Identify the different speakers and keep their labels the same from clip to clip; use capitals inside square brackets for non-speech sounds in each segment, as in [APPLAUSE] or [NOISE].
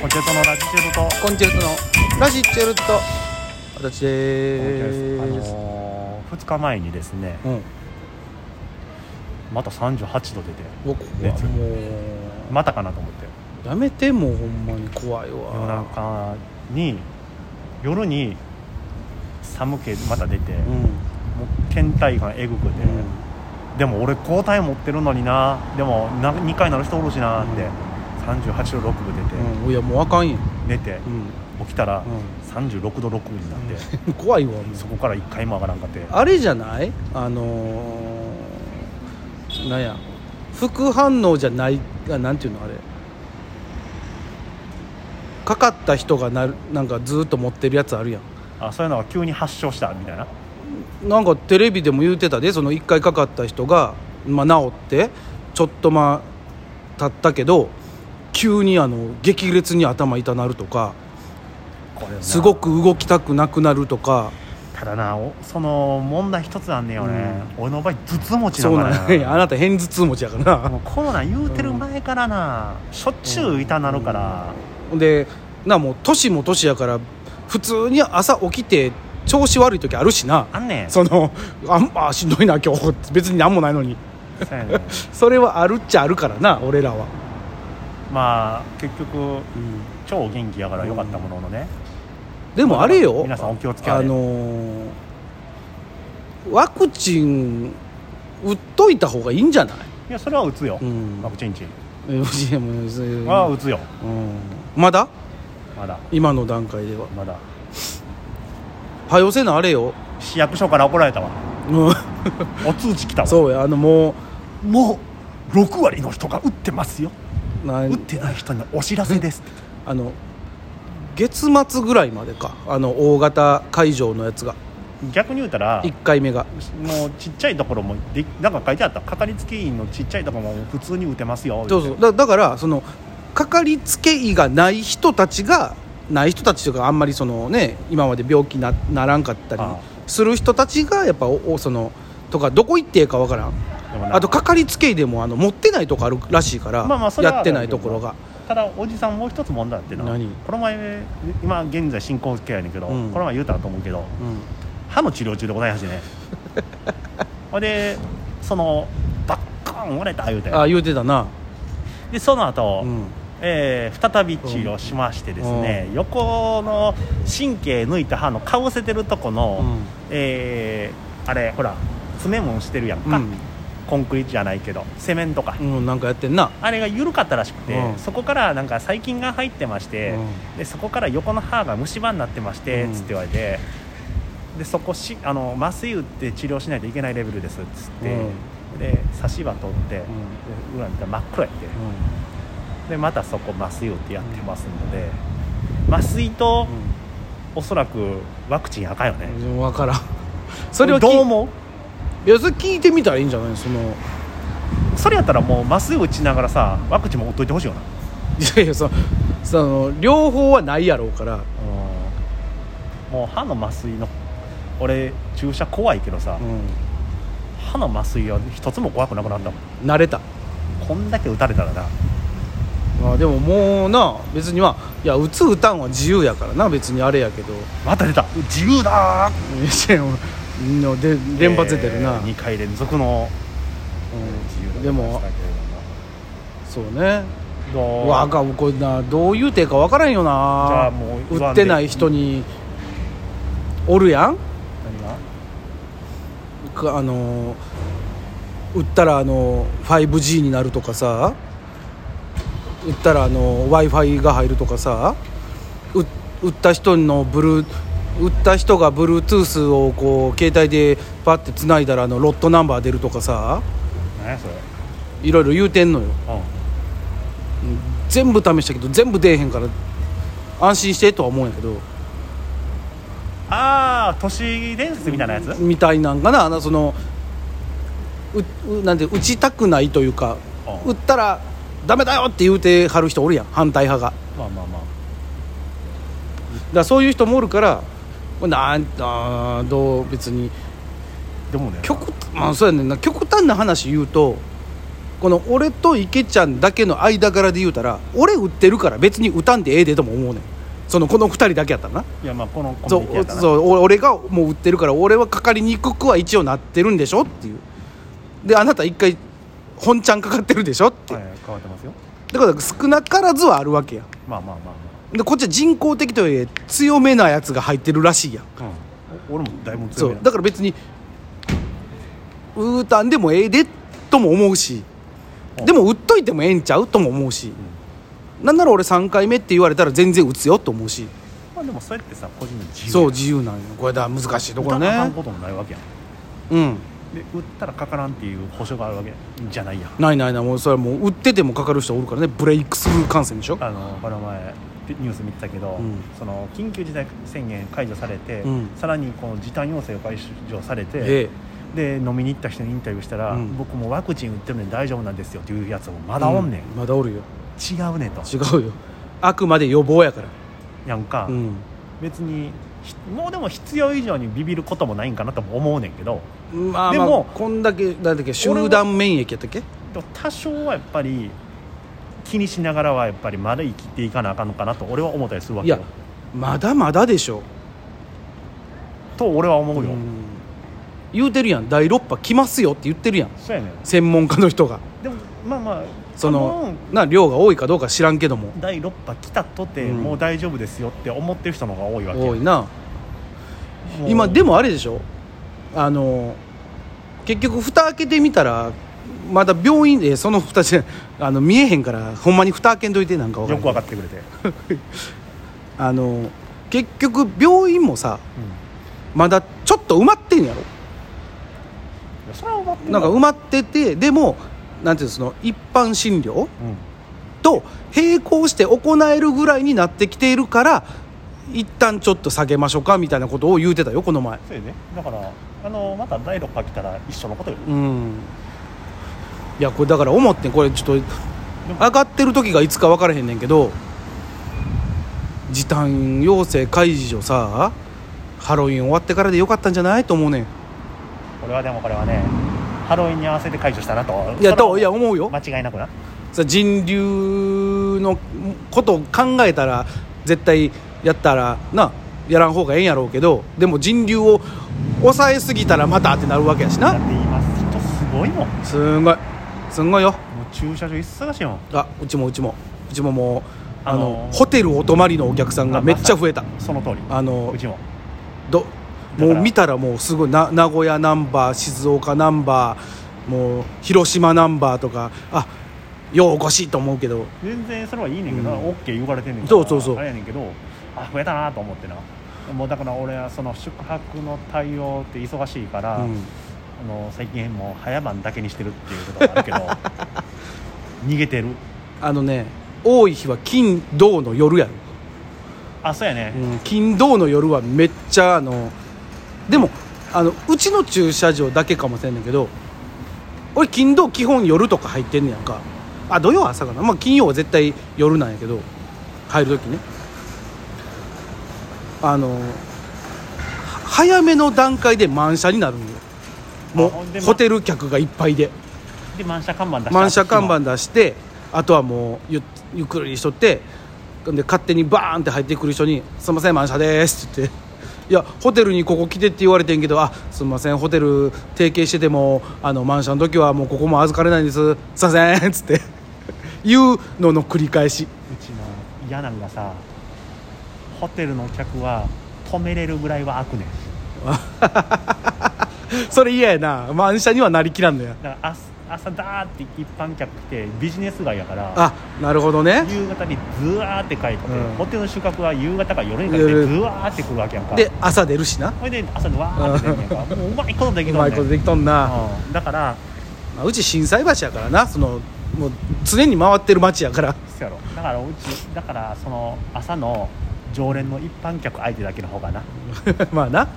Speaker 1: ポケットのラジチェルと
Speaker 2: コンチェルトのラジチェルト私
Speaker 1: あ
Speaker 2: です、
Speaker 1: のー、2日前にですね
Speaker 2: うん
Speaker 1: また38度出て
Speaker 2: 僕は
Speaker 1: 熱
Speaker 2: もう、
Speaker 1: またかなと思って
Speaker 2: やめてもうほんまに怖い
Speaker 1: 夜
Speaker 2: わ
Speaker 1: 中に夜に寒気また出て、
Speaker 2: う
Speaker 1: も
Speaker 2: ん、
Speaker 1: う倦怠感えぐくて、でも俺抗体持ってるのになでもな2回なる人おるしなって、
Speaker 2: うん
Speaker 1: 38度6分出て、
Speaker 2: うんうん、いやもうあかんやん、
Speaker 1: 寝て
Speaker 2: う
Speaker 1: 起きたら、
Speaker 2: う
Speaker 1: 36度6分になって、
Speaker 2: ん、怖いわもう
Speaker 1: そこから1回も上がらんかって
Speaker 2: あれじゃないあのー、なんや副反応じゃないあなんていうのあれかかった人がなるなんかずーっと持ってるやつあるやん
Speaker 1: あそういうのが急に発症したみたいな
Speaker 2: なんかテレビでも言うてたでその1回かかった人が、まあ、治ってちょっとまあ経ったけど急にあの激烈に頭痛なるとか
Speaker 1: これな
Speaker 2: すごく動きたくなくなるとか
Speaker 1: ただなおその問題一つなんねよね、俺の場合頭痛持ちだ
Speaker 2: そう
Speaker 1: か
Speaker 2: な
Speaker 1: ら
Speaker 2: んや [LAUGHS] あなた偏頭痛持ちやからな
Speaker 1: もうコロナ言うてる前からな、しょっちゅう痛なるから、
Speaker 2: でなもう年も年やから普通に朝起きて調子悪い時あるしな
Speaker 1: あんねん
Speaker 2: そのあんあしんどいな今日別に何もないのに
Speaker 1: そうやねん
Speaker 2: それはあるっちゃあるからな俺らは、
Speaker 1: まあ結局
Speaker 2: うん
Speaker 1: 超元気やからよかったもののね、
Speaker 2: でもあれよ
Speaker 1: 皆さんお気をつけあ
Speaker 2: あ
Speaker 1: れ
Speaker 2: のーワクチン打っといた方がいいんじゃない、
Speaker 1: いやそれは打つよ、
Speaker 2: うん
Speaker 1: ワクチンチ
Speaker 2: えーもうそれ
Speaker 1: ンは打つよ
Speaker 2: うんまだ
Speaker 1: まだ
Speaker 2: 今の段階では
Speaker 1: まだ
Speaker 2: はよせなあれよ、
Speaker 1: 市役所から怒られたわ
Speaker 2: うん
Speaker 1: お通知来たわ
Speaker 2: そうやあのも
Speaker 1: もう6割の人が打ってますよ
Speaker 2: うな
Speaker 1: 打ってない人にお知らせですって
Speaker 2: あの月末ぐらいまでかあの大型会場のやつが
Speaker 1: 逆に言うたら
Speaker 2: 1回目が
Speaker 1: もうちっちゃいところもでなんか書いてあったかかりつけ医のちっちゃいところも普通に打てますよ
Speaker 2: そうそうだだからそのかかりつけ医がない人たちがない人たちというかあんまりそのね今まで病気なならんかったり
Speaker 1: ああ
Speaker 2: する人たちがやっぱおおそのとかどこ行っていいかわからん
Speaker 1: でもな
Speaker 2: あとかかりつけ医でもあの持ってないとこあるらしいから、
Speaker 1: まあまあそれは
Speaker 2: やってないところが
Speaker 1: ただおじさんもう一つ問題あってな
Speaker 2: 何
Speaker 1: この前今現在進行形やねんけど、
Speaker 2: うん
Speaker 1: この前言うたと思うけど
Speaker 2: うん
Speaker 1: 歯の治療中でございまして
Speaker 2: [LAUGHS]
Speaker 1: ねほいでそのバッコーン折れた言うて
Speaker 2: ああ言うてたな、
Speaker 1: でその後、
Speaker 2: うん、
Speaker 1: えー再び治療しましてですね、横の神経抜いた歯のかぶせてるとこの、
Speaker 2: うん
Speaker 1: えーあれほら爪もんしてるやんか、コンクリートじゃないけどセメントか、
Speaker 2: うん、うん、なんかやってんな、
Speaker 1: あれが緩かったらしくて、
Speaker 2: うん
Speaker 1: そこからなんか細菌が入ってまして、
Speaker 2: う
Speaker 1: でそこから横の歯が虫歯になってまして、
Speaker 2: うん
Speaker 1: つって言われてでそこしあの麻酔打って治療しないといけないレベルですっつって、で差し歯取って、う裏見たら真っ暗やって、
Speaker 2: うん
Speaker 1: でまたそこ麻酔打ってやってますので麻酔とおそらくワクチン赤よね、
Speaker 2: うん、分からんそれは聞
Speaker 1: どう思
Speaker 2: いやそれ聞いてみたらいいんじゃないその
Speaker 1: うそれやったらもう麻酔打ちながらさワクチンも打っといてほしいよない
Speaker 2: やいやそのその両方はないやろうから、
Speaker 1: うんもう歯の麻酔の俺注射怖いけどさ、
Speaker 2: う
Speaker 1: 歯の麻酔は一つも怖くなくなったもん
Speaker 2: ん、慣れた、
Speaker 1: こんだけ打たれたらな
Speaker 2: まあ、でももうな別にまあいや打つ打たんは自由やからな別にあれやけど
Speaker 1: また出た自由だー
Speaker 2: いやので連発出てるな、
Speaker 1: 2回連続の自由
Speaker 2: う
Speaker 1: だ
Speaker 2: ん、でもそうね
Speaker 1: どう
Speaker 2: わあかんこんなどう言うてえか分からんよ
Speaker 1: じゃあ
Speaker 2: な
Speaker 1: もう言わ
Speaker 2: 打
Speaker 1: ん
Speaker 2: っ
Speaker 1: で
Speaker 2: てない人におるやん
Speaker 1: 何が
Speaker 2: かあのー売ったらあのー 5G になるとかさ売ったらあの w i f i が入るとかさ売売った人のブルー売った人が Bluetooth をこう携帯でパッてつないだらあのロットナンバー出るとかさ
Speaker 1: 何やそれ
Speaker 2: いろいろ言うてんのよ
Speaker 1: うん
Speaker 2: 全部試したけど全部出えへんから安心してとは思うんやけど
Speaker 1: ああ都市伝説みたいなやつ、うん
Speaker 2: みたいなんかなあのそのううなんて打ちたくないというか打ったらダメだよって言うてはる人おるやん反対派がだか
Speaker 1: まあまあまあ
Speaker 2: らそういう人もおるからこれなんあーどう別に
Speaker 1: でもね
Speaker 2: 極,、まあ、そうやねんな極端な話言うとこの俺と池ちゃんだけの間柄で言うたら俺売ってるから別に歌んでええでとも思うねんそのこの2人だけやったらない
Speaker 1: やまあこのコ
Speaker 2: そ
Speaker 1: ミュニティやった
Speaker 2: う
Speaker 1: ら
Speaker 2: そうお俺がもう売ってるから俺はかかりにくくは一応なってるんでしょっていうであなた一回本ちゃんかかってるでしょって、
Speaker 1: はい、変わってますよ
Speaker 2: だから少なからずはあるわけや
Speaker 1: まあまあまあ
Speaker 2: でこっちは人工的とはいえ強めなやつが入ってるらしいやん
Speaker 1: まあ、うん、お俺もだいぶ
Speaker 2: そ
Speaker 1: 強め
Speaker 2: う
Speaker 1: やな
Speaker 2: だから別にうーたんでもええでとも思うし
Speaker 1: うん
Speaker 2: でも売っといてもええんちゃうとも思うし、なんなら俺3回目って言われたら全然打つよと思うし
Speaker 1: まあでもそうやってさ個人の自由や
Speaker 2: そう自由なんよこれだから難しいところ
Speaker 1: 打たなあかん
Speaker 2: ね
Speaker 1: こともないわけやん
Speaker 2: うん
Speaker 1: で打ったらかからんっていう保証があるわけじゃないやん
Speaker 2: ないないないもうそれはもう売っててもかかる人おるからねブレイクスルー感染でしょ
Speaker 1: あのこの前ニュース見てたけど、
Speaker 2: うん
Speaker 1: その緊急事態宣言解除されて、
Speaker 2: うん
Speaker 1: さらにこの時短要請を解除されて、
Speaker 2: え
Speaker 1: で飲みに行った人にインタビューしたら、
Speaker 2: うん
Speaker 1: 僕もワクチン打ってるのに大丈夫なんですよっていうやつもま
Speaker 2: ま
Speaker 1: だおんねん、
Speaker 2: まだおるよ
Speaker 1: 違うねんと
Speaker 2: 違うよあくまで予防やから
Speaker 1: やんか、
Speaker 2: うん
Speaker 1: 別にひもうでも必要以上にビビることもないんかなとも思うねんけど
Speaker 2: まあ
Speaker 1: で
Speaker 2: まあ
Speaker 1: も
Speaker 2: こんだけなんだっけ集団免疫やったっけ
Speaker 1: でも多少はやっぱり気にしながらはやっぱりまだ生きていかなあかんのかなと俺は思ったりするわ
Speaker 2: い
Speaker 1: けよ
Speaker 2: やまだまだでしょ
Speaker 1: と俺は思うよ、
Speaker 2: うん言うてるやん第6波来ますよって言ってるやん
Speaker 1: そうやねん
Speaker 2: 専門家の人が
Speaker 1: でもまあまあ
Speaker 2: そ
Speaker 1: 多
Speaker 2: の
Speaker 1: 分
Speaker 2: な量が多いかどうか知らんけども
Speaker 1: 第6波来たとて、
Speaker 2: うん
Speaker 1: もう大丈夫ですよって思ってる人の方が多いわけ
Speaker 2: 多いな今でもあれでしょあの結局蓋開けてみたらまだ病院でその蓋じゃあの見えへんからほんまに蓋開けんといてなんかわか
Speaker 1: よ
Speaker 2: らん
Speaker 1: く
Speaker 2: けど
Speaker 1: 分かってくれて、
Speaker 2: あの結局病院もさまだちょっと埋まってんやろ
Speaker 1: いやそれは思って
Speaker 2: なんか埋
Speaker 1: ま
Speaker 2: まっててでもなんていうのその一般診療
Speaker 1: うん
Speaker 2: と並行して行えるぐらいになってきているから一旦ちょっと下げましょうかみたいなことを言うてたよこの前
Speaker 1: そうやねだからあのまた第6波来たら一緒のことよ
Speaker 2: うんいやこれだから思ってんこれちょっと上がってる時がいつか分からへんねんけど時短要請解除さハロウィン終わってからでよかったんじゃないと思うねん
Speaker 1: 俺はでもこれはねハロウィンに合わせて解除したなと
Speaker 2: いや
Speaker 1: それは
Speaker 2: といや思うよ
Speaker 1: 間違いなくな
Speaker 2: さ人流のことを考えたら絶対やったらなやらん方がええんやろうけどでも人流を抑えすぎたらまたってなるわけやし
Speaker 1: だっ
Speaker 2: な
Speaker 1: て今人すごいもんもう
Speaker 2: すんごいすんごいよ
Speaker 1: 駐車場忙しいもん
Speaker 2: あうちもうちもうちももうあの、
Speaker 1: あのー
Speaker 2: ホテルお泊まりのお客さんがめっちゃ増えた
Speaker 1: その通り
Speaker 2: あの
Speaker 1: うちも
Speaker 2: ど
Speaker 1: だ
Speaker 2: も
Speaker 1: から
Speaker 2: う見たらもうすごいな名古屋ナンバー静岡ナンバーもう広島ナンバーとかあようお越しいと思うけど
Speaker 1: 全然それはいいねんけど、
Speaker 2: うん
Speaker 1: オッケー言われてんねんから
Speaker 2: そうそうそう
Speaker 1: あれやねんけどあ増えたなと思ってなもうだから俺はその宿泊の対応って忙しいから、
Speaker 2: うん
Speaker 1: あの最近もう早番だけにしてるっていうことがあるけど
Speaker 2: [LAUGHS]
Speaker 1: 逃げてる
Speaker 2: あのね多い日は金土の夜やろ
Speaker 1: あそうやね、
Speaker 2: うん金土の夜はめっちゃあのでもあのうちの駐車場だけかもしれんねんけど俺金土基本夜とか入ってんねやんかあ土曜は朝かな、まあ、金曜は絶対夜なんやけど入る時ねあのは早めの段階で満車になるんよも
Speaker 1: あほんで
Speaker 2: う
Speaker 1: ま
Speaker 2: ホテル客がいっぱいで
Speaker 1: で満車看板出した
Speaker 2: 満車看板出してあとはもうゆゆっくりしとってで勝手にバーンって入ってくる人に「すいません満車です」って言って「いやホテルにここ来て」って言われてんけど「あすいませんホテル提携しててもあの満車の時はもうここも預かれないんですすいません」っつって言うのの繰り返し
Speaker 1: うちの嫌なんがさホテルの客は止めれるぐらいは開くねん
Speaker 2: それ嫌やな満車にはなりきらんのや
Speaker 1: だから朝朝だーって一般客来てビジネス街やから
Speaker 2: あなるほどね
Speaker 1: 夕方にずわーって書いてて、
Speaker 2: うん
Speaker 1: ホテルの宿泊は夕方か夜にかけて
Speaker 2: 夜
Speaker 1: ずわーってくるわけやんか
Speaker 2: で朝出るしな
Speaker 1: ほいで朝にわーって出んねやんかもううまいことでき
Speaker 2: う
Speaker 1: るん
Speaker 2: ま
Speaker 1: ね
Speaker 2: いことできとんな、
Speaker 1: うんだから
Speaker 2: まあうち心斎橋やからなそのもう常に回ってる街やから
Speaker 1: そやろだからうちだからその朝の常連の一般客相手だけの方がな、
Speaker 2: [LAUGHS] まあなも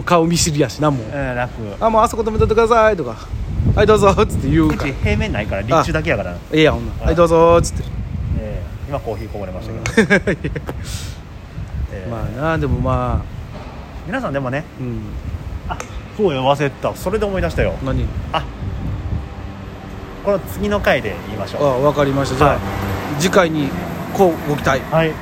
Speaker 2: う顔見知りやしなもう
Speaker 1: うん、楽
Speaker 2: あもうあそこ止めとってくださいとかはいどうぞっつって言う
Speaker 1: う
Speaker 2: から
Speaker 1: ち
Speaker 2: え
Speaker 1: 平面ないから立中だけやからな、
Speaker 2: えやんほんなら
Speaker 1: あ
Speaker 2: はいどうぞっつって
Speaker 1: ええ今コーヒーこぼれましたけど、
Speaker 2: [LAUGHS]
Speaker 1: ええ
Speaker 2: まあなでもまあ
Speaker 1: 皆さんでもね
Speaker 2: うん
Speaker 1: あそうよ忘れてたそれで思い出したよ
Speaker 2: 何
Speaker 1: あこの次の回で言いまし
Speaker 2: あ
Speaker 1: ょ
Speaker 2: わかりましたじゃあ、
Speaker 1: は
Speaker 2: 次回にこうご期待
Speaker 1: うはい